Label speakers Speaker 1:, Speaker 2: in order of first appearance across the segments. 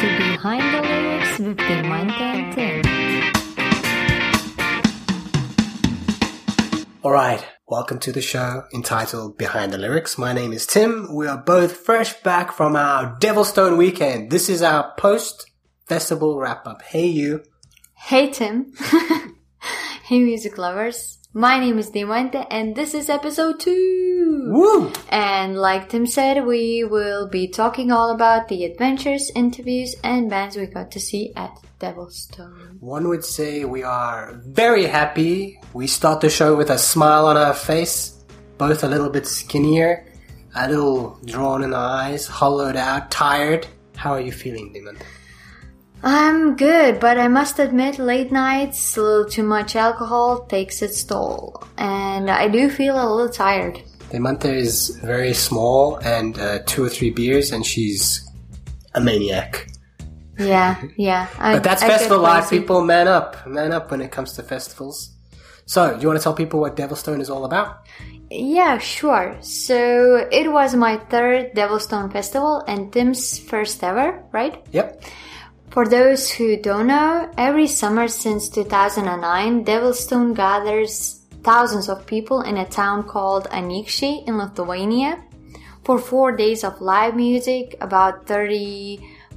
Speaker 1: behind the lyrics would be Michael Tim.
Speaker 2: All right, welcome to the show entitled Behind the Lyrics. My name is Tim. We are both fresh back from our Devilstone weekend. This is our post festival wrap up. Hey, you.
Speaker 1: Hey Tim. hey music lovers. My name is Dimante and this is episode 2.
Speaker 2: Woo!
Speaker 1: And like Tim said, we will be talking all about the adventures, interviews, and bands we got to see at Devilstone.
Speaker 2: One would say we are very happy. We start the show with a smile on our face, both a little bit skinnier, a little drawn in our eyes, hollowed out, tired. How are you feeling, Demon?
Speaker 1: I'm good, but I must admit, late nights, a little too much alcohol takes its toll, and I do feel a little tired.
Speaker 2: Demante is very small and uh, two or three beers, and she's a maniac.
Speaker 1: Yeah, yeah. I,
Speaker 2: But that's
Speaker 1: I get
Speaker 2: festival life,
Speaker 1: lazy.
Speaker 2: people. Man up, man up when it comes to festivals. So, do you want to tell people what Devilstone is all about?
Speaker 1: Yeah, sure. So it was my third Devilstone Festival and Tim's first ever, right?
Speaker 2: Yep.
Speaker 1: For those who don't know, every summer since 2009, Devilstone gathers thousands of people in a town called Anikshi in Lithuania for four days of live music. About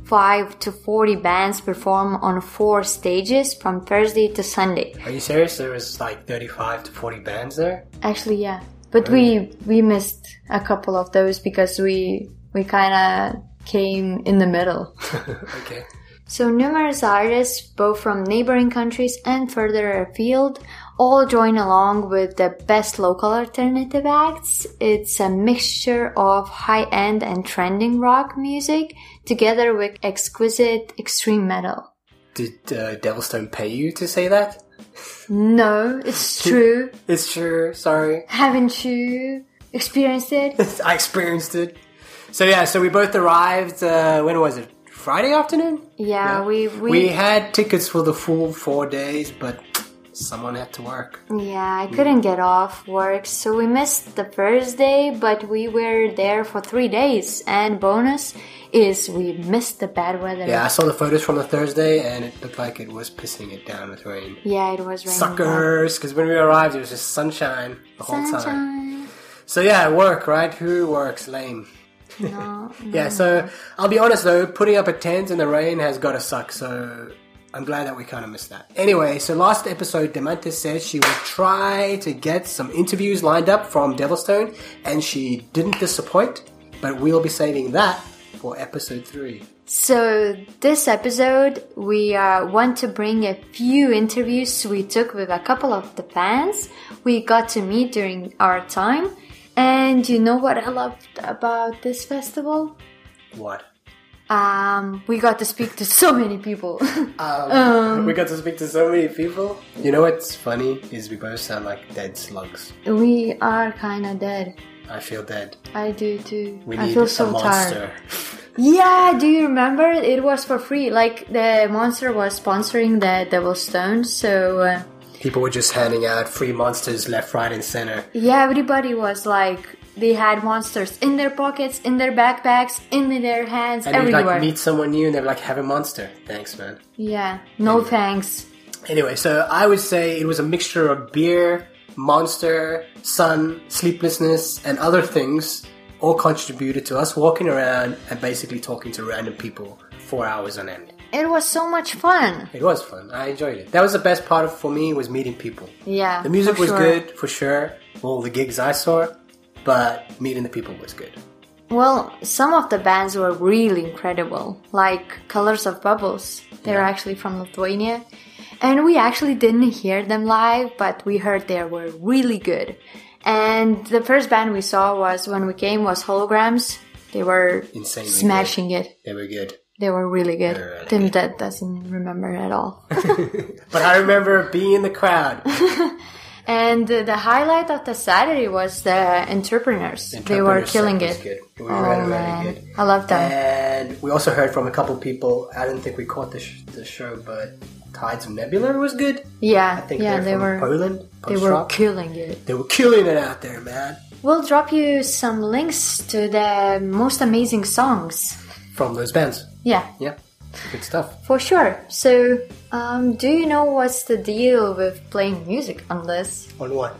Speaker 1: 35 to 40 bands perform on four stages from Thursday to Sunday.
Speaker 2: Are you serious? There was like 35 to 40 bands there?
Speaker 1: Actually, yeah, but we we missed a couple of those because we we kind of came in the middle.
Speaker 2: Okay.
Speaker 1: So numerous artists, both from neighboring countries and further afield, all join along with the best local alternative acts. It's a mixture of high-end and trending rock music together with exquisite extreme metal.
Speaker 2: Did uh, Devilstone pay you to say that?
Speaker 1: No, it's true.
Speaker 2: It's true, sorry.
Speaker 1: Haven't you experienced it?
Speaker 2: I experienced it. So, yeah, so we both arrived, uh, when was it? Friday afternoon?
Speaker 1: Yeah, we, we
Speaker 2: We had tickets for the full four days, but someone had to work.
Speaker 1: Yeah,
Speaker 2: Hmm.
Speaker 1: I couldn't get off work, so we missed the first day, but we were there for three days. And bonus is we missed the bad weather.
Speaker 2: Yeah, I saw the photos from the Thursday, and it looked like it was pissing it down with rain.
Speaker 1: Yeah, it was raining.
Speaker 2: Suckers! Because when we arrived, it was just sunshine the whole time.
Speaker 1: Sunshine.
Speaker 2: So yeah, work, right? Who works? Lame.
Speaker 1: No,
Speaker 2: Yeah, so I'll be honest though, putting up a tent in the rain has got to suck. So I'm glad that we kind of missed that. Anyway, so last episode, Demantis said she would try to get some interviews lined up from Devilstone, and she didn't disappoint. But we'll be saving that for episode three.
Speaker 1: So this episode, we uh, want to bring a few interviews we took with a couple of the fans we got to meet during our time. And you know what I loved about this festival?
Speaker 2: What?
Speaker 1: Um, we got to speak to so many people.
Speaker 2: Um, we got to speak to so many people. You know what's funny is we both sound like dead slugs.
Speaker 1: We are kind of dead.
Speaker 2: I feel dead.
Speaker 1: I do too.
Speaker 2: We
Speaker 1: I
Speaker 2: need
Speaker 1: feel so
Speaker 2: a
Speaker 1: tired.
Speaker 2: monster.
Speaker 1: Yeah, do you remember? It was for free. Like the monster was sponsoring the Devil Stone, so uh,
Speaker 2: People were just handing out free monsters left, right, and center.
Speaker 1: yeah, everybody was like they had monsters in their pockets, in their backpacks, in their hands,
Speaker 2: And
Speaker 1: everywhere.
Speaker 2: you'd like meet someone new and they'd be like, have a monster. Thanks, man.
Speaker 1: yeah, no thanks.
Speaker 2: Anyway, so I would say it was a mixture of beer, monster, sun, sleeplessness, and other things all contributed to us walking around and basically talking to random people four hours on end.
Speaker 1: It was so much fun.
Speaker 2: It was fun. I enjoyed it. That was the best part of, for me was meeting people.
Speaker 1: Yeah,
Speaker 2: The music
Speaker 1: for
Speaker 2: was
Speaker 1: sure.
Speaker 2: good for sure. All the gigs I saw, but meeting the people was good.
Speaker 1: Well, some of the bands were really incredible, like Colors of Bubbles. They're
Speaker 2: Yeah.
Speaker 1: actually from Lithuania. And we actually didn't hear them live, but we heard they were really good. And the first band we saw was when we came was Holograms. They were
Speaker 2: Insanely good.
Speaker 1: smashing it.
Speaker 2: They were good.
Speaker 1: They were really good.
Speaker 2: were really
Speaker 1: Tim that doesn't remember at all.
Speaker 2: But I remember being in the crowd.
Speaker 1: and uh, the highlight of the Saturday was the Entrepreneurs. they were
Speaker 2: Entrepreneur set
Speaker 1: killing
Speaker 2: was
Speaker 1: it.
Speaker 2: Good. We were
Speaker 1: Oh
Speaker 2: really, really
Speaker 1: man,
Speaker 2: good.
Speaker 1: I love them.
Speaker 2: And we also heard from a couple people. I didn't think we caught the, sh- the show, but Tides of Nebula was good.
Speaker 1: yeah,
Speaker 2: I think
Speaker 1: yeah,
Speaker 2: they're
Speaker 1: they
Speaker 2: from
Speaker 1: were.
Speaker 2: Poland.
Speaker 1: They were
Speaker 2: Post-rock.
Speaker 1: killing it.
Speaker 2: they were killing it out there, man.
Speaker 1: We'll drop you some links to the most amazing songs.
Speaker 2: From those bands.
Speaker 1: Yeah.
Speaker 2: Yeah. Good stuff.
Speaker 1: For sure. So, um, do you know what's the deal with playing music on this
Speaker 2: On what?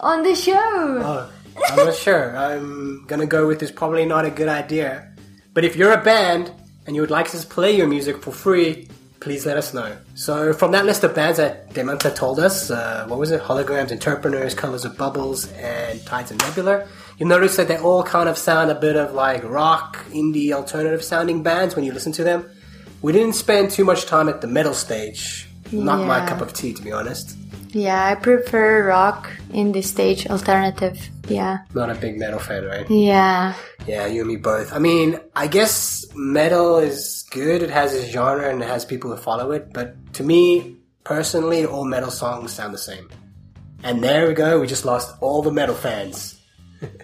Speaker 1: on the show?
Speaker 2: Oh, I'm not sure. I'm gonna go with this. Probably not a good idea. But if you're a band and you would like us to play your music for free, please let us know. So from that list of bands that Demanta told us, uh, what was it? Holograms, Interpreters, Colors of Bubbles, and Tides and Nebula. You'll notice that they all kind of sound a bit of like rock, indie, alternative sounding bands when you listen to them. We didn't spend too much time at the metal stage. Not my
Speaker 1: Yeah.
Speaker 2: cup of tea, to be honest.
Speaker 1: Yeah, I prefer rock in the stage alternative. Yeah.
Speaker 2: Not a big metal fan, right?
Speaker 1: Yeah.
Speaker 2: Yeah, you and me both. I mean, I guess metal is good. It has its genre and it has people who follow it. But to me, personally, all metal songs sound the same. And there we go. We just lost all the metal fans.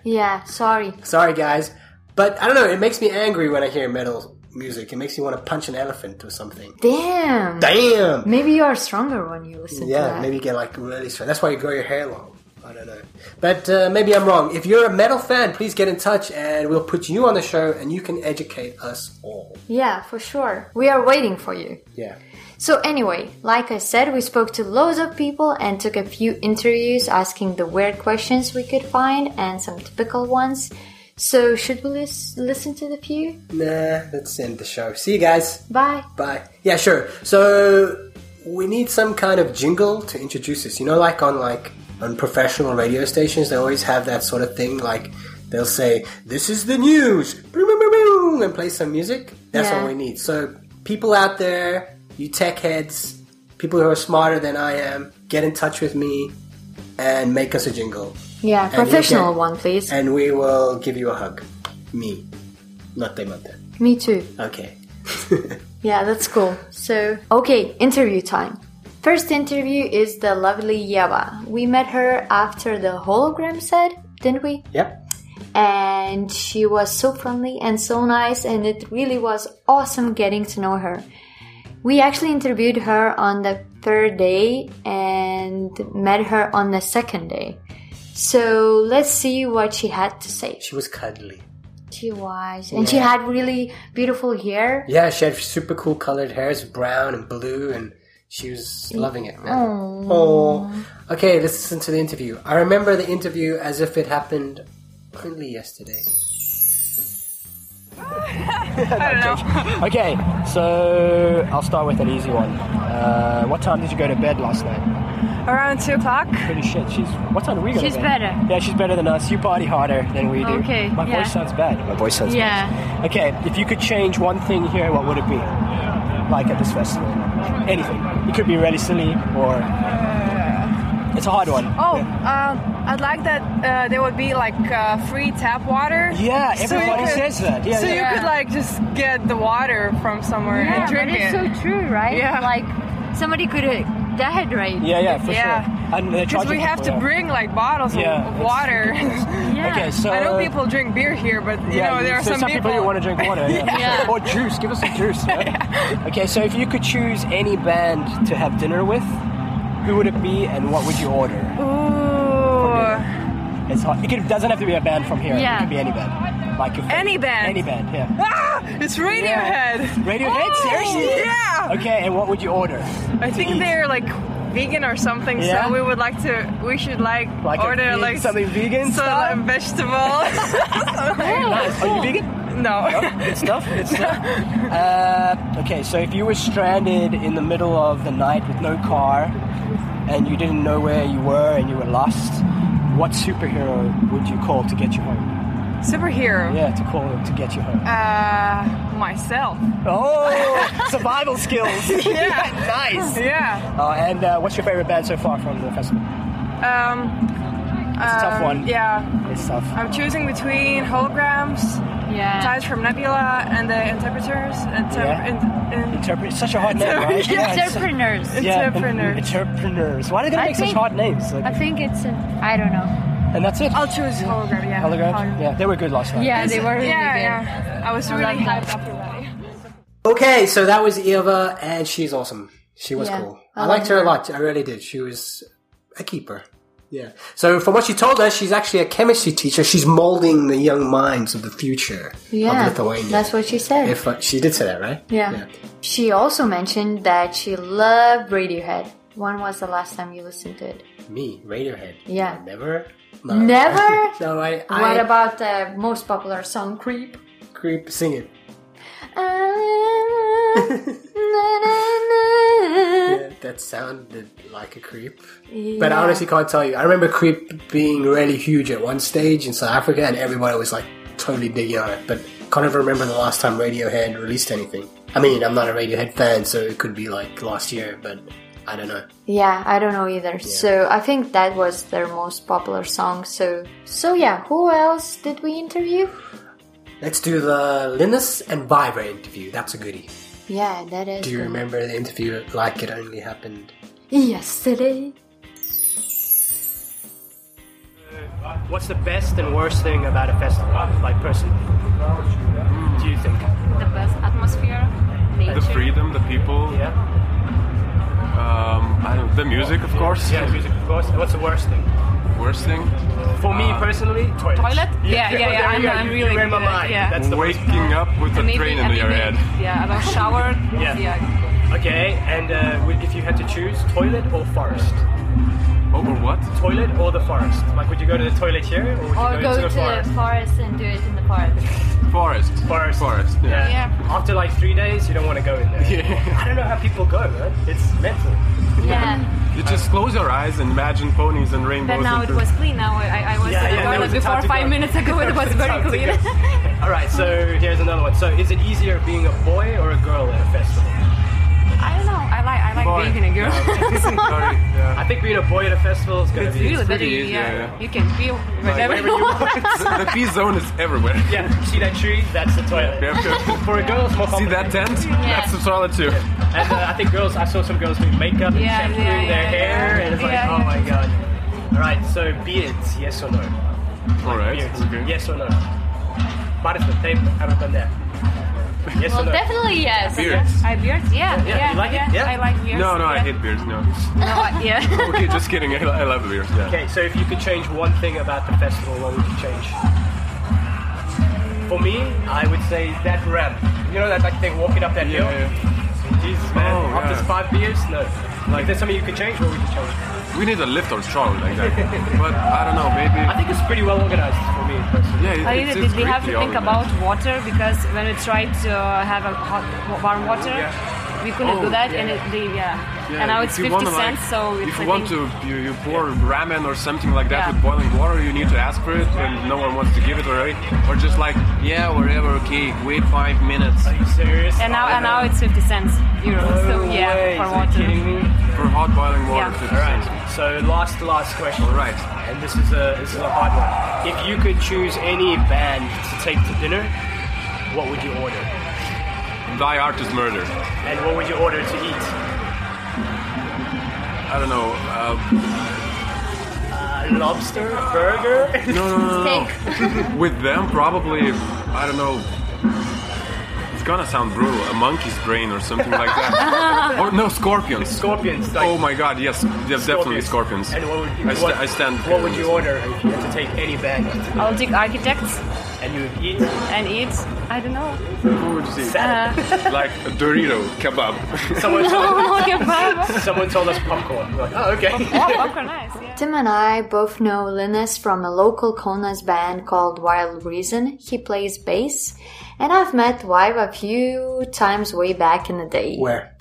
Speaker 1: Yeah, sorry.
Speaker 2: Sorry, guys. But I don't know. It makes me angry when I hear metal music. It makes me want to punch an elephant or something.
Speaker 1: Damn.
Speaker 2: Damn.
Speaker 1: Maybe you are stronger when you listen to
Speaker 2: Yeah,
Speaker 1: that.
Speaker 2: maybe get like really straight. That's why you grow your hair long. I don't know. But uh, maybe I'm wrong. If you're a metal fan, please get in touch and we'll put you on the show and you can educate us all.
Speaker 1: Yeah, for sure. We are waiting for you.
Speaker 2: Yeah.
Speaker 1: So, anyway, like I said, we spoke to loads of people and took a few interviews asking the weird questions we could find and some typical ones. So, should we lis- listen to the few?
Speaker 2: Nah, let's end the show. See you guys.
Speaker 1: Bye.
Speaker 2: Bye. Yeah, sure. So we need some kind of jingle to introduce this. You know, like on like on professional radio stations, they always have that sort of thing. Like they'll say, "This is the news," and play some music. That's
Speaker 1: Yeah.
Speaker 2: what we need. So people out there, you tech heads, people who are smarter than I am, get in touch with me and make us a jingle,
Speaker 1: Yeah,
Speaker 2: we'll
Speaker 1: professional
Speaker 2: get-
Speaker 1: one, please.
Speaker 2: and we will give you a hug. Me, not Demante.
Speaker 1: Me too.
Speaker 2: Okay.
Speaker 1: Yeah, that's cool. So, okay, interview time. First interview is the lovely Yeva. We met her after the hologram set, didn't we?
Speaker 2: yep.
Speaker 1: and she was so friendly and so nice and it really was awesome getting to know her we actually interviewed her on the third day and met her on the second day so let's see what she had to say
Speaker 2: She was cuddly.
Speaker 1: she was and she had really beautiful hair
Speaker 2: Yeah, she had super cool colored hairs, brown and blue, and she was loving it, man. Oh. Okay, let's listen to the interview. I remember the interview as if it happened only yesterday.
Speaker 3: Okay, so I'll start with an easy one. Uh, what time did you go to bed last night?
Speaker 4: Around two o'clock.
Speaker 3: Holy shit, she's. What time do we go
Speaker 4: She's
Speaker 3: to bed?
Speaker 4: better.
Speaker 3: Yeah, she's better than us. You party harder than we do.
Speaker 4: Okay,
Speaker 3: My
Speaker 4: yeah.
Speaker 3: voice sounds bad. My voice sounds
Speaker 4: Yeah.
Speaker 3: bad. Okay, if you could change one thing here, what would it be? Like at this festival? Anything. It could be really silly or. It's a hard one.
Speaker 4: Oh, um, I'd like that uh, there would be like uh, free tap water.
Speaker 3: Yeah,
Speaker 4: So you
Speaker 3: everybody
Speaker 4: could-
Speaker 3: says that. Yeah,
Speaker 4: so
Speaker 3: yeah.
Speaker 4: you could like just get the water from somewhere and drink it.
Speaker 1: so true right
Speaker 4: Yeah.
Speaker 1: like somebody could dehydrate
Speaker 3: Yeah, yeah, for
Speaker 4: Yeah.
Speaker 3: sure. And they're
Speaker 4: because
Speaker 3: charging
Speaker 4: we have
Speaker 3: people,
Speaker 4: to
Speaker 3: yeah.
Speaker 4: bring like bottles of-
Speaker 3: Yeah,
Speaker 4: of
Speaker 3: it's
Speaker 4: water.
Speaker 3: Okay, so uh,
Speaker 4: I know people drink beer here, but you know there are
Speaker 3: so
Speaker 4: some,
Speaker 3: people, who want to drink water. Yeah.
Speaker 1: Yeah.
Speaker 3: Or juice. Give us some juice. yeah. Okay, so if you could choose any band to have dinner with, who would it be and what would you order?
Speaker 4: Ooh,
Speaker 3: It's hard. It could- doesn't have to be a band from here.
Speaker 1: Yeah.
Speaker 3: It could be any band. Like your
Speaker 4: Any
Speaker 3: favorite-
Speaker 4: band.
Speaker 3: Any band, yeah.
Speaker 4: ah, it's Radiohead.
Speaker 3: Radiohead?
Speaker 4: Oh,
Speaker 3: Seriously?
Speaker 4: Yeah.
Speaker 3: Okay, and what would you order?
Speaker 4: I think they're like vegan or something.
Speaker 3: Yeah?
Speaker 4: So we would like to. We should like,
Speaker 3: Like a
Speaker 4: order
Speaker 3: veg-
Speaker 4: like
Speaker 3: something vegan
Speaker 4: So
Speaker 3: style?
Speaker 4: like vegetable.
Speaker 3: Are you vegan?
Speaker 4: no.
Speaker 3: It's tough. It's tough. Uh, okay, so if you were stranded in the middle of the night with no car and you didn't know where you were and you were lost, what superhero would you call to get you home?
Speaker 4: Superhero.
Speaker 3: Yeah, to call to get you home.
Speaker 4: Uh, myself.
Speaker 3: Oh, survival skills.
Speaker 4: Yeah.
Speaker 3: nice.
Speaker 4: Yeah.
Speaker 3: Uh, and uh, what's your favorite band so far from the festival?
Speaker 4: Um.
Speaker 3: It's a tough
Speaker 4: um,
Speaker 3: one.
Speaker 4: Yeah.
Speaker 3: It's tough.
Speaker 4: I'm choosing between holograms,
Speaker 1: yeah
Speaker 4: ties from Nebula, and the interpreters. Inter-
Speaker 3: Yeah.
Speaker 4: in- in-
Speaker 3: Interpret. It's such a hard name, right? Yeah, it's-
Speaker 1: entrepreneurs
Speaker 3: yeah,
Speaker 4: Entrepreneurs.
Speaker 3: Entrepreneurs. Why do they
Speaker 1: I
Speaker 3: make such
Speaker 1: think-
Speaker 3: hard names? Like,
Speaker 1: i think it's a, i don't know
Speaker 3: and that's it.
Speaker 4: I'll choose hologram. Yeah.
Speaker 3: Holograms. Yeah, they were good last night.
Speaker 1: yeah they were really
Speaker 4: Yeah,
Speaker 1: good
Speaker 4: yeah. I was really hyped up about it.
Speaker 2: Okay, so that was Eva, and she's awesome. She was
Speaker 1: Yeah,
Speaker 2: cool.
Speaker 1: I
Speaker 2: I,
Speaker 1: love
Speaker 2: liked her a
Speaker 1: her.
Speaker 2: lot. I really did. She was a keeper. Yeah. So from what she told us, she's actually a chemistry teacher. She's molding the young minds of the future
Speaker 1: Yeah,
Speaker 2: of Lithuania.
Speaker 1: that's what she said.
Speaker 2: if uh, she did say that, right?
Speaker 1: yeah. She also mentioned that she loved Radiohead. When was the last time you listened to it?
Speaker 2: Me, Radiohead.
Speaker 1: Yeah.
Speaker 2: Never. No.
Speaker 1: Never?
Speaker 2: no, I. I
Speaker 1: What about the most popular song, Creep?
Speaker 2: creep? Sing it. Yeah, that sounded like a creep. But I honestly can't tell you. I remember creep being really huge at one stage in South Africa, and everybody was like totally digging on it. But can't even remember the last time Radiohead released anything. I mean, I'm not a Radiohead fan, so it could be like last year, but I don't know.
Speaker 1: Yeah, I don't know either. So I think that was their most popular song. So so yeah, who else did we interview?
Speaker 2: Let's do the Linus and Viber interview. That's a goodie.
Speaker 1: Yeah, that is.
Speaker 2: Do you
Speaker 1: the-
Speaker 2: remember the interview like it only happened?
Speaker 1: Yesterday.
Speaker 3: What's the best and worst thing about a festival, like personally? Do you think?
Speaker 5: The best atmosphere, nature.
Speaker 6: The freedom, the people,
Speaker 3: Yeah.
Speaker 6: um, I don't, the music, of course.
Speaker 3: Yeah, music, of course. What's the worst thing?
Speaker 6: Worst thing,
Speaker 3: For me personally, toilet.
Speaker 5: Toilet? Yeah, yeah,
Speaker 3: there
Speaker 5: yeah,
Speaker 3: you
Speaker 5: I'm-
Speaker 3: go.
Speaker 5: I'm
Speaker 3: You-
Speaker 5: really
Speaker 3: you read my
Speaker 5: good at-
Speaker 3: mind.
Speaker 5: yeah.
Speaker 3: That's the worst.
Speaker 6: waking up with a
Speaker 5: Maybe
Speaker 6: train in your
Speaker 5: everything.
Speaker 6: head.
Speaker 5: Yeah, I don't shower.
Speaker 3: Yeah. Okay, and uh, would- if you had to choose, toilet or forest?
Speaker 6: Over what?
Speaker 3: Toilet or the forest? Like, would you go to the toilet here, or would you
Speaker 1: Or
Speaker 3: go,
Speaker 1: go
Speaker 3: into
Speaker 1: to
Speaker 3: the forest?
Speaker 1: the forest and do it in the forest.
Speaker 6: Forest.
Speaker 3: Forest.
Speaker 6: Forest. Yeah.
Speaker 5: Yeah.
Speaker 3: After like three days, you don't want to go in there.
Speaker 6: Yeah.
Speaker 3: I don't know how people go, man. It's mental.
Speaker 1: Yeah,
Speaker 6: You just close your eyes and imagine ponies and rainbows.
Speaker 5: But now
Speaker 6: and
Speaker 5: it was clean. Now I, I was
Speaker 3: Yeah,
Speaker 5: in the
Speaker 3: yeah, there was
Speaker 5: toilet
Speaker 3: a time
Speaker 5: before
Speaker 3: to
Speaker 5: five
Speaker 3: go.
Speaker 5: minutes ago. It was very
Speaker 3: Time to
Speaker 5: clean.
Speaker 3: go. All right, so
Speaker 5: Hmm.
Speaker 3: here's another one. So, is it easier being a boy or a girl at a festival?
Speaker 5: I don't know. I like I like
Speaker 6: Boy.
Speaker 5: being in a girl.
Speaker 6: Sorry. Yeah.
Speaker 3: I think being a boy at a festival is gonna
Speaker 5: it's
Speaker 3: be.
Speaker 5: really better.
Speaker 6: pretty easy,
Speaker 5: yeah.
Speaker 6: yeah.
Speaker 5: you can feel whatever
Speaker 3: wherever
Speaker 5: you
Speaker 3: you
Speaker 5: want.
Speaker 6: the, the P zone is everywhere.
Speaker 3: Yeah, see that tree? That's the toilet.
Speaker 6: You have to
Speaker 3: For a girl, it's more
Speaker 6: see that
Speaker 3: complicated.
Speaker 6: tent? That's the toilet too.
Speaker 3: And uh, I think girls, I saw some girls doing makeup and
Speaker 5: Yeah,
Speaker 3: shampooing
Speaker 5: yeah,
Speaker 3: their
Speaker 5: yeah,
Speaker 3: hair,
Speaker 5: yeah.
Speaker 3: and it's like,
Speaker 5: Yeah,
Speaker 3: oh
Speaker 5: yeah.
Speaker 3: my god. All right, so beards, yes or no?
Speaker 6: All right.
Speaker 3: Beards,
Speaker 6: Okay.
Speaker 3: yes or no? Butterfly tape, haven't done that. Yes
Speaker 1: well,
Speaker 3: or no?
Speaker 1: definitely yes.
Speaker 6: Beards.
Speaker 5: I beards. Yeah,
Speaker 3: Yeah,
Speaker 5: yeah,
Speaker 3: you like it? Yeah.
Speaker 5: I like beards.
Speaker 6: No, no, I
Speaker 5: yeah.
Speaker 6: hate beards. No.
Speaker 5: No, I- yeah.
Speaker 6: Okay, just kidding. I, I love beards. Yeah.
Speaker 3: Okay, so if you could change one thing about the festival, what would you change? For me, I would say that ramp. You know that like thing walking up that hill?
Speaker 6: Yeah, yeah.
Speaker 3: Jeez, man.
Speaker 6: Oh,
Speaker 3: After
Speaker 6: yeah.
Speaker 3: five beers, no. Like, if there's something you could change, what would you change?
Speaker 6: We need a lift or stroll like that. But I don't know.
Speaker 3: I
Speaker 6: Maybe.
Speaker 3: think it's pretty well organized for me personally.
Speaker 6: Yeah. It,
Speaker 5: I
Speaker 6: it's,
Speaker 5: really
Speaker 6: it's
Speaker 5: did. We have to
Speaker 6: greatly
Speaker 5: think about
Speaker 6: organized.
Speaker 5: water because when we tried to have a hot, warm water,
Speaker 6: Yeah.
Speaker 5: we couldn't
Speaker 6: Oh,
Speaker 5: do that,
Speaker 6: yeah.
Speaker 5: and it, they, yeah.
Speaker 6: Yeah,
Speaker 5: And now
Speaker 6: if
Speaker 5: it's
Speaker 6: you
Speaker 5: 50
Speaker 6: wanna, like,
Speaker 5: cents, so it's
Speaker 6: if
Speaker 5: I
Speaker 6: you want
Speaker 5: think,
Speaker 6: to, you, you pour ramen or something like that
Speaker 5: Yeah.
Speaker 6: with boiling water, you need to ask for it, and no one wants to give it already, or just like, yeah, whatever, okay, wait five minutes
Speaker 3: Are you serious?
Speaker 5: and now
Speaker 3: Oh,
Speaker 5: and
Speaker 3: no.
Speaker 5: now it's 50 cents euro. so
Speaker 3: No
Speaker 5: yeah,
Speaker 3: way,
Speaker 5: for
Speaker 3: are you
Speaker 5: water.
Speaker 3: kidding me?
Speaker 6: for hot boiling water.
Speaker 5: Yeah.
Speaker 6: 50
Speaker 3: All right.
Speaker 6: cents.
Speaker 3: So last, last question.
Speaker 6: All right.
Speaker 3: And this is a this is a hard one. If you could choose any band to take to dinner, what would you order?
Speaker 6: Thy art is murder.
Speaker 3: And what would you order to eat?
Speaker 6: I don't know. Uh,
Speaker 3: A lobster burger?
Speaker 6: no, no, no,
Speaker 1: Steak.
Speaker 6: no. With them, probably, I don't know. It's gonna sound brutal. A monkey's brain or something like that. or no, scorpions.
Speaker 3: Scorpions. Like
Speaker 6: Oh my God! Yes, yes definitely scorpions.
Speaker 3: And what would you,
Speaker 6: I, sta-
Speaker 3: what,
Speaker 6: I stand.
Speaker 3: What would you order if you had to take any band to dinner?
Speaker 5: I'll take architects
Speaker 3: And you would eat
Speaker 5: and eat. I don't know. Uh,
Speaker 6: What would you say?
Speaker 3: salad.
Speaker 6: like a Dorito kebab.
Speaker 3: someone told
Speaker 5: Popcorn,
Speaker 3: someone told us popcorn. We're like, oh okay.
Speaker 5: nice. Yeah.
Speaker 1: Tim and I both know Linus from a local Kona's band called Wild Reason. He plays bass, and I've met Vibe a few times way back in the day.
Speaker 2: Where?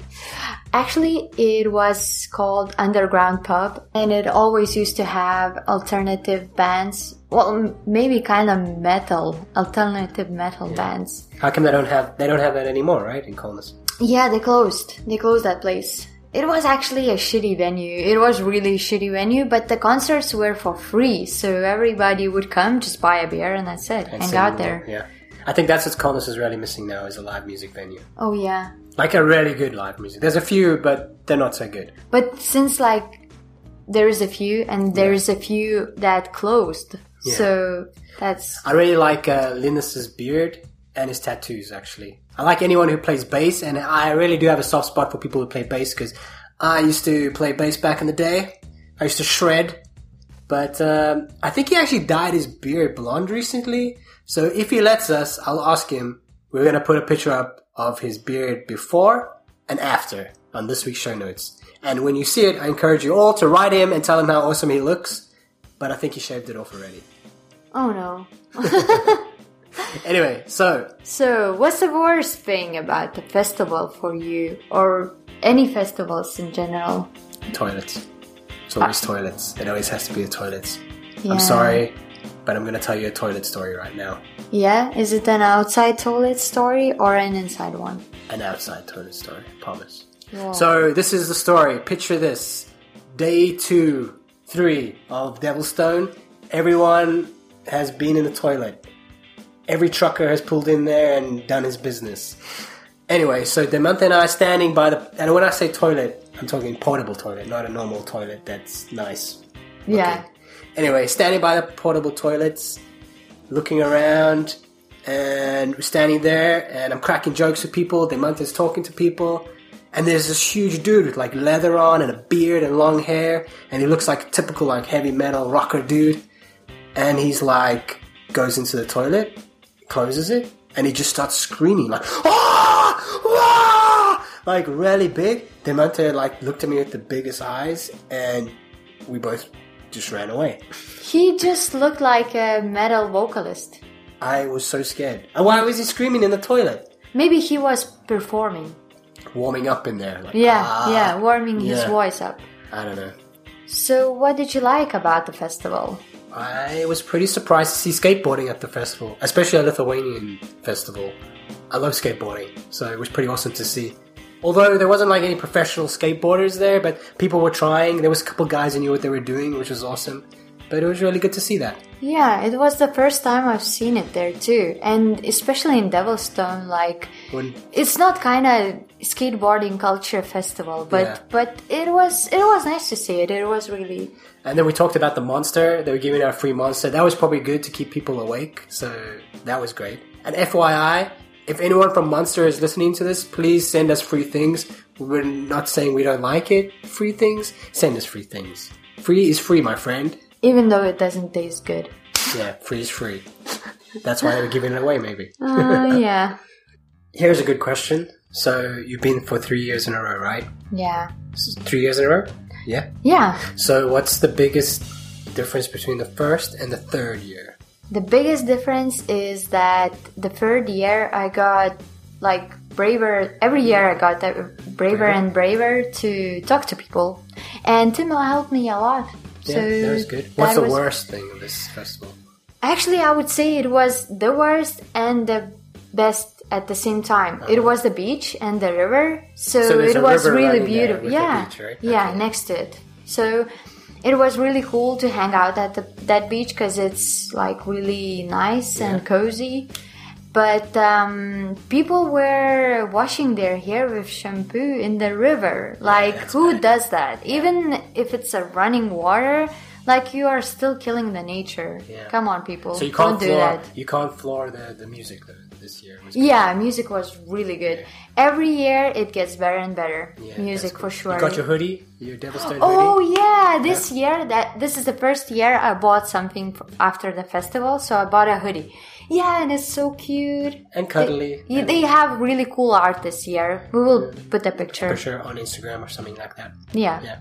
Speaker 1: Actually, it was called Underground Pub, and it always used to have alternative bands. Well, m- maybe kind of metal, alternative metal bands.
Speaker 2: How come they don't have they don't have that anymore, right? In Colnus.
Speaker 1: Yeah, they closed. They closed that place. It was actually a shitty venue. It was really shitty venue, but the concerts were for free, so everybody would come, just buy a beer, and that's it. Hang out there.
Speaker 2: Yeah. I think that's what Colnus is really missing now is a live music venue.
Speaker 1: Oh yeah.
Speaker 2: Like a really good live music. There's a few, but they're not so good.
Speaker 1: But since like there is a few, and there is a few that closed, so that's
Speaker 2: I really like uh, Linus's beard and his tattoos. Actually, I like anyone who plays bass, and I really do have a soft spot for people who play bass because I used to play bass back in the day. I used to shred, But um, I think he actually dyed his beard blonde recently. So if he lets us, I'll ask him. We're going to put a picture up of his beard before and after on this week's show notes. And when you see it, I encourage you all to write him and tell him how awesome he looks. But I think he shaved it off already.
Speaker 1: Oh no.
Speaker 2: Anyway, so
Speaker 1: So, what's the worst thing about the festival for you or any festivals in general?
Speaker 2: toilets. It's always toilets. It always has to be the toilets.
Speaker 1: Yeah.
Speaker 2: I'm sorry, but I'm going to tell you a toilet story right now.
Speaker 1: Yeah, is it an outside toilet story or an inside one?
Speaker 2: An outside toilet story, I promise.
Speaker 1: Wow.
Speaker 2: So this is the story. Picture this: day two, three of Devilstone. Everyone has been in the toilet. Every trucker has pulled in there and done his business. Anyway, so Demante and I are standing by the, and when I say toilet, I'm talking portable toilet, not a normal toilet that's nice
Speaker 1: yeah.
Speaker 2: Anyway, standing by the portable toilets, looking around, and we're standing there, and I'm cracking jokes with people. The month is talking to people, and there's this huge dude with like leather on and a beard and long hair, and he looks like a typical like heavy metal rocker dude. And he's like, goes into the toilet, closes it, and he just starts screaming like, ah, ah! like really big. Demante like looked at me with the biggest eyes, and we both just ran away.
Speaker 1: He just looked like a metal vocalist.
Speaker 2: I was so scared. And why was he screaming in the toilet?
Speaker 1: Maybe he was performing.
Speaker 2: Warming up in there. Like,
Speaker 1: Yeah,
Speaker 2: ah.
Speaker 1: yeah, warming his
Speaker 2: yeah.
Speaker 1: voice up.
Speaker 2: I don't know.
Speaker 1: So, what did you like about the festival?
Speaker 2: I was pretty surprised to see skateboarding at the festival, especially a Lithuanian festival. I love skateboarding, so it was pretty awesome to see. Although there wasn't like any professional skateboarders there, but people were trying. There was a couple guys who knew what they were doing, which was awesome. But it was really good to see that.
Speaker 1: Yeah, it was the first time I've seen it there too, and especially in Devilstone, like
Speaker 2: When
Speaker 1: it's not kind of skateboarding culture festival, but
Speaker 2: Yeah.
Speaker 1: but it was it was nice to see it. It was really
Speaker 2: And then we talked about the monster. They were giving out a free monster. That was probably good to keep people awake. So that was great. And FYI, if anyone from Monster is listening to this, please send us free things. We're not saying we don't like it. Free things, send us free things. Free is free, my friend.
Speaker 1: even though it doesn't taste good.
Speaker 2: Yeah, free is free. That's why they were giving it away, maybe.
Speaker 1: Uh, yeah,
Speaker 2: Here's a good question. So you've been for three years in a row, right?
Speaker 1: yeah,
Speaker 2: S- Three years in a row? Yeah.
Speaker 1: yeah.
Speaker 2: So what's the biggest difference between the first and the third year?
Speaker 1: The biggest difference is that the third year I got like braver. Every year I got that braver, and braver to talk to people, and Timo helped me a lot.
Speaker 2: Yeah,
Speaker 1: so
Speaker 2: that was good. What's
Speaker 1: that
Speaker 2: the
Speaker 1: was-
Speaker 2: worst thing of this festival?
Speaker 1: Actually, I would say it was the worst and the best at the same time. It was the beach and the river, so,
Speaker 2: Uh-huh. So there's
Speaker 1: it
Speaker 2: a
Speaker 1: was
Speaker 2: river
Speaker 1: really
Speaker 2: running there
Speaker 1: beautiful.
Speaker 2: with the
Speaker 1: Yeah,
Speaker 2: beach, right?
Speaker 1: yeah,
Speaker 2: Okay.
Speaker 1: next to it. So it was really cool to hang out at the, that beach because it's like really nice and cozy. But um, people were washing their hair with shampoo in the river. Like, who does that? Even if it's a running water, like you are still killing the nature.
Speaker 2: Yeah.
Speaker 1: Come on, people!
Speaker 2: So you can't
Speaker 1: Don't do
Speaker 2: floor
Speaker 1: that.
Speaker 2: you can't floor the, the music though this year. It was good.
Speaker 1: Yeah, music was really good. Every year it gets better and better.
Speaker 2: Yeah,
Speaker 1: music
Speaker 2: that's
Speaker 1: for
Speaker 2: good.
Speaker 1: sure.
Speaker 2: You got your hoodie, your Devilstone
Speaker 1: Oh
Speaker 2: hoodie.
Speaker 1: yeah, this year that this is the first year I bought something f- after the festival, so I bought a hoodie. Yeah, and it's so cute.
Speaker 2: And cuddly.
Speaker 1: They, they have really cool art this year. We will put a picture.
Speaker 2: Picture on Instagram or something like that.
Speaker 1: Yeah.
Speaker 2: Yeah.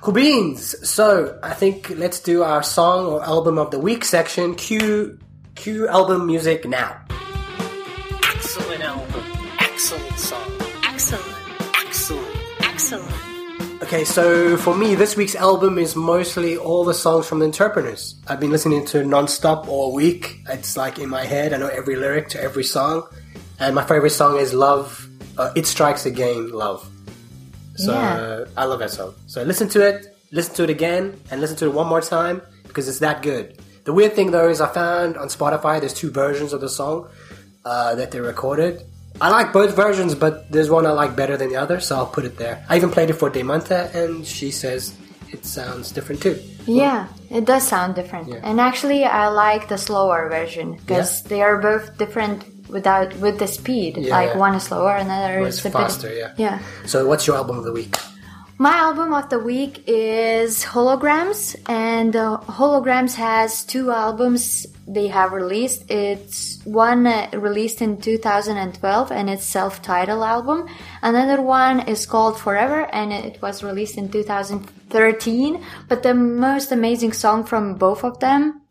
Speaker 2: Cool beans. So I think let's do our song or album of the week section. Cue cue album music now.
Speaker 7: Excellent album. Excellent song. Excellent. Excellent. Excellent.
Speaker 2: Okay, so for me, this week's album is mostly all the songs from the Interpreters. I've been listening to it non-stop all week. It's like in my head. I know every lyric to every song, and my favorite song is "Love." Uh, it strikes again, love. So uh,
Speaker 1: Yeah.
Speaker 2: I love that song. So listen to it, listen to it again, and listen to it one more time because it's that good. The weird thing though is I found on Spotify there's two versions of the song uh, that they recorded. I like both versions, but there's one I like better than the other, so I'll put it there. I even played it for Demanta, and she says it sounds different too.
Speaker 1: Yeah, it does sound different. And actually, I like the slower version because they are both different without with the speed.
Speaker 2: Yeah,
Speaker 1: like
Speaker 2: yeah.
Speaker 1: one is slower, another
Speaker 2: Well,
Speaker 1: is
Speaker 2: it's
Speaker 1: a bit-
Speaker 2: faster, yeah.
Speaker 1: Yeah.
Speaker 2: So what's your album of the week?
Speaker 1: My album of the week is Holograms, and uh, Holograms has two albums they have released. It's one uh, released in 2012 and it's self-titled album. Another one is called Forever and it was released in 2013. But the most amazing song from both of them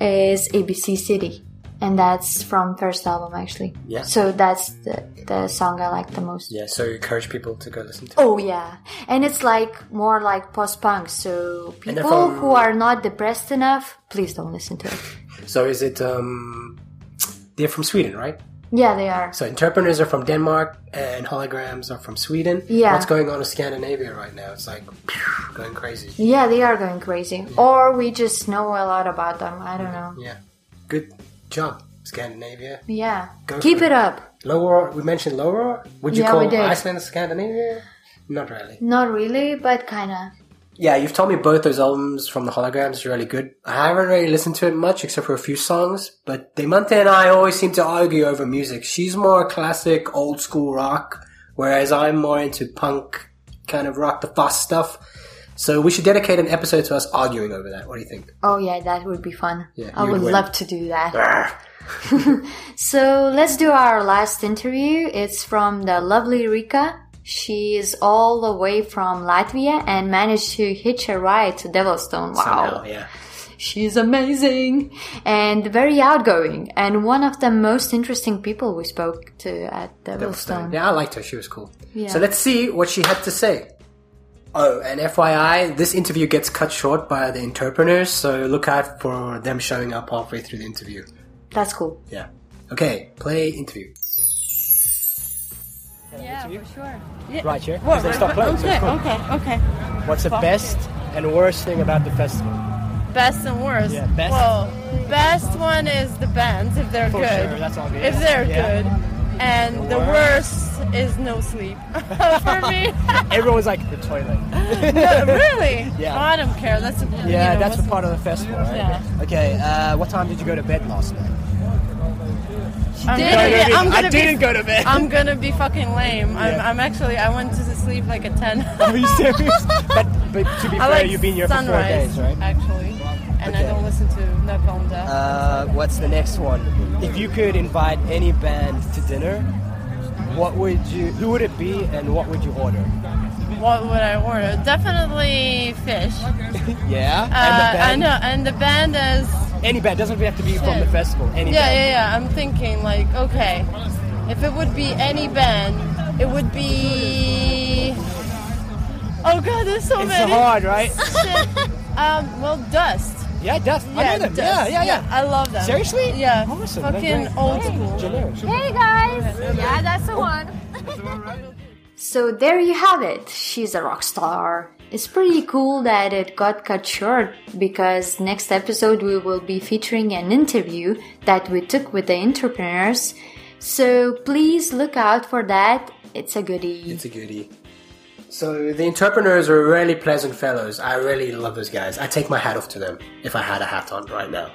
Speaker 1: is ABC City, and that's from first album actually.
Speaker 2: Yeah.
Speaker 1: So that's the, the song I like the most.
Speaker 2: Yeah, so encourage people to go listen to.
Speaker 1: Oh yeah, and it's like more like post-punk. So
Speaker 2: And they're
Speaker 1: people
Speaker 2: from-
Speaker 1: who are not depressed enough, please don't listen to it.
Speaker 2: it. So is it? um They're from Sweden, right?
Speaker 1: Yeah, they are.
Speaker 2: So interpreters are from Denmark and holograms are from Sweden.
Speaker 1: Yeah.
Speaker 2: What's going on in Scandinavia right now? It's like phew, going crazy.
Speaker 1: Yeah, they are going crazy, or we just know a lot about them. I don't know.
Speaker 2: Yeah. Good job, Scandinavia.
Speaker 1: Yeah,
Speaker 2: Go
Speaker 1: keep
Speaker 2: for
Speaker 1: it
Speaker 2: it.
Speaker 1: up.
Speaker 2: Lower, we mentioned lower. Would you
Speaker 1: Yeah, we
Speaker 2: call
Speaker 1: did.
Speaker 2: Iceland Scandinavia? Not really.
Speaker 1: Not really, but kinda.
Speaker 2: Yeah, you've told me both those albums from the holograms are really good. I haven't really listened to it much except for a few songs, but Demante and I always seem to argue over music. She's more classic, old school rock, whereas I'm more into punk kind of rock, the fast stuff. So we should dedicate an episode to us arguing over that. What do you think?
Speaker 1: Oh yeah, that would be fun.
Speaker 2: Yeah,
Speaker 1: I
Speaker 2: you
Speaker 1: would
Speaker 2: win.
Speaker 1: love to do that. so let's do our last interview. It's from the lovely Rika. She is all the way from Latvia and managed to hitch a ride to Devilstone. Wow.
Speaker 2: Somehow, yeah.
Speaker 1: She's amazing and very outgoing and one of the most interesting people we spoke to at Devilstone.
Speaker 2: Yeah, I liked her. She was cool.
Speaker 1: Yeah.
Speaker 2: So let's see what she had to say. Oh, and FYI, this interview gets cut short by the interpreters, so look out for them showing up halfway through the interview.
Speaker 1: That's cool.
Speaker 2: Yeah. Okay, play interview.
Speaker 3: Right here. Because they stop playing. so it's cool.
Speaker 8: Okay, okay.
Speaker 3: What's the best and worst thing about the festival?
Speaker 8: Best and worst.
Speaker 3: Yeah, best.
Speaker 8: Well, best one is the bands if they're
Speaker 3: For
Speaker 8: good.
Speaker 3: sure, that's all good.
Speaker 8: If they're
Speaker 3: Yeah.
Speaker 8: good. And the worst is no sleep for me.
Speaker 3: Everyone's like the toilet.
Speaker 8: really?
Speaker 3: Yeah.
Speaker 8: I don't care. That's a,
Speaker 3: Yeah,
Speaker 8: you know,
Speaker 3: that's the
Speaker 8: what's-
Speaker 3: part of the festival, right?
Speaker 8: Yeah.
Speaker 3: Okay, uh, what time did you go to bed last night?
Speaker 8: I'm
Speaker 3: No,
Speaker 8: gonna,
Speaker 3: no,
Speaker 8: be-
Speaker 3: no,
Speaker 8: I'm
Speaker 3: I
Speaker 8: gonna
Speaker 3: didn't
Speaker 8: be.
Speaker 3: go to bed.
Speaker 8: I'm gonna be fucking lame. I'm,
Speaker 3: Yeah.
Speaker 8: I'm actually. I went to sleep like at ten.
Speaker 3: Are you serious? but, but to be
Speaker 8: I
Speaker 3: fair,
Speaker 8: like
Speaker 3: you've been here
Speaker 8: sunrise,
Speaker 3: for four days, right?
Speaker 8: Actually, and
Speaker 3: Okay.
Speaker 8: I don't listen to Nakonda.
Speaker 3: Uh, what's the next one? If you could invite any band to dinner, what would you? Who would it be, and what would you order?
Speaker 8: What would I order? Definitely fish. Uh,
Speaker 3: Yeah,
Speaker 8: I
Speaker 3: and the band.
Speaker 8: know, and the band is.
Speaker 3: Any band doesn't have to be from
Speaker 8: Shit.
Speaker 3: the festival. Any
Speaker 8: Yeah,
Speaker 3: band.
Speaker 8: yeah, yeah. I'm thinking like, okay, if it would be any band, it would be. Oh god, there's so
Speaker 3: It's
Speaker 8: many.
Speaker 3: hard, right?
Speaker 8: Shit. Um, well, Dust.
Speaker 3: yeah, Dust. I
Speaker 8: Yeah,
Speaker 3: know them.
Speaker 8: Dust.
Speaker 3: Yeah, yeah, yeah.
Speaker 8: I love them.
Speaker 3: Seriously?
Speaker 8: Yeah.
Speaker 3: Awesome.
Speaker 8: Fucking
Speaker 3: That's
Speaker 8: old school.
Speaker 3: Generic.
Speaker 9: Hey guys! Yeah, that's the one.
Speaker 1: So there you have it. She's a rock star. It's pretty cool that it got cut short because next episode we will be featuring an interview that we took with the entrepreneurs. So please look out for that. It's a goodie.
Speaker 2: It's a goodie. So the interpreters are really pleasant fellows. I really love those guys. I take my hat off to them if I had a hat on right now.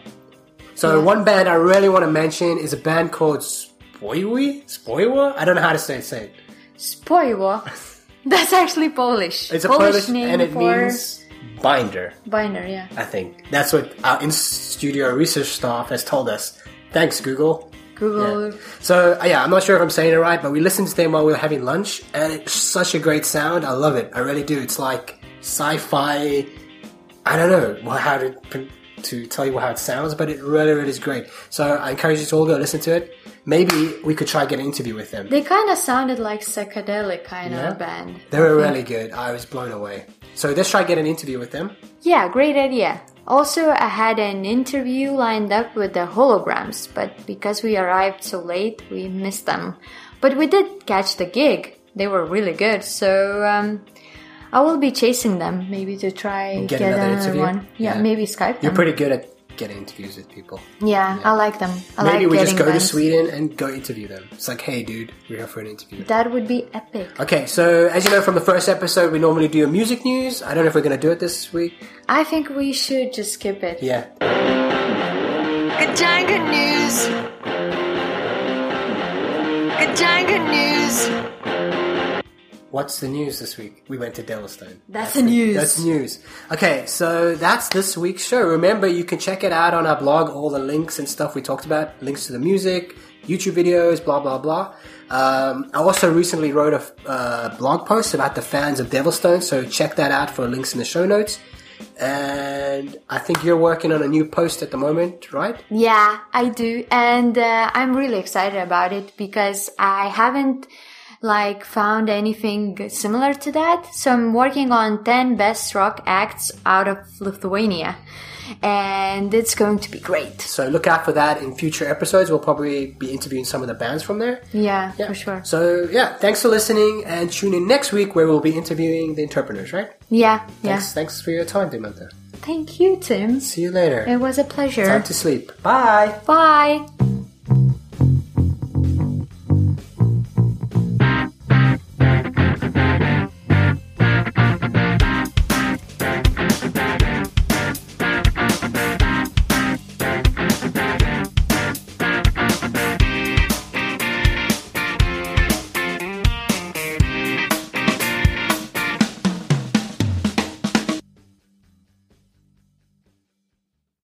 Speaker 2: So one band I really want to mention is a band called Spoiwi? Spoiwa? I don't know how to say it. Say it.
Speaker 1: Spoiwa. That's actually Polish.
Speaker 2: It's a Polish,
Speaker 1: name
Speaker 2: and it
Speaker 1: for
Speaker 2: means binder.
Speaker 1: binder, yeah.
Speaker 2: I think that's what our in studio research staff has told us. Thanks, Google.
Speaker 1: Google.
Speaker 2: So uh, yeah, I'm not sure if I'm saying it right, but we listened to them while we were having lunch, and it's such a great sound. I love it. I really do. It's like sci-fi. I don't know wha- how to pr- to tell you how it sounds, but it really, really is great. So I encourage you to all go listen to it. Maybe we could try and get an interview with them.
Speaker 1: They kind of sounded like psychedelic kind
Speaker 2: Yeah.
Speaker 1: of band.
Speaker 2: They were really good. I was blown away. So let's try and get an interview with them.
Speaker 1: Yeah, great idea. Also, I had an interview lined up with the holograms, but because we arrived so late, we missed them. But we did catch the gig. They were really good, so um, I will be chasing them maybe to try
Speaker 2: Get another interview?
Speaker 1: one. Yeah,
Speaker 2: Yeah.
Speaker 1: maybe Skype.
Speaker 2: You're
Speaker 1: them.
Speaker 2: pretty good at getting interviews with people.
Speaker 1: Yeah, I like them. I
Speaker 2: Maybe
Speaker 1: like
Speaker 2: we just
Speaker 1: getting
Speaker 2: go to
Speaker 1: bands.
Speaker 2: Sweden and go interview them. It's like, hey, dude, we're here for an interview.
Speaker 1: That would be epic.
Speaker 2: Okay, so as you know from the first episode, we normally do a music news. I don't know if we're going to do it this week.
Speaker 1: I think we should just skip it.
Speaker 2: Yeah.
Speaker 9: Kajanga News. Kajanga News.
Speaker 2: What's the news this week? We went to Devilstone.
Speaker 1: That's the news.
Speaker 2: That's news. Okay, so that's this week's show. Remember, you can check it out on our blog, all the links and stuff we talked about, links to the music, YouTube videos, blah, blah, blah. Um, I also recently wrote a uh, blog post about the fans of Devilstone, so check that out for links in the show notes. And I think you're working on a new post at the moment, right?
Speaker 1: Yeah, I do. And uh, I'm really excited about it because I haven't like found anything similar to that. So I'm working on 10 best rock acts out of Lithuania. And it's going to be great.
Speaker 2: So look out for that in future episodes. We'll probably be interviewing some of the bands from there.
Speaker 1: Yeah, for sure.
Speaker 2: So yeah, thanks for listening and tune in next week where we'll be interviewing the interpreters, right?
Speaker 1: yeah, yeah.
Speaker 2: Thanks, thanks for your time, Dimanta.
Speaker 1: Thank you, Tim.
Speaker 2: See you later.
Speaker 1: It was a pleasure.
Speaker 2: Time to sleep. Bye.
Speaker 1: Bye.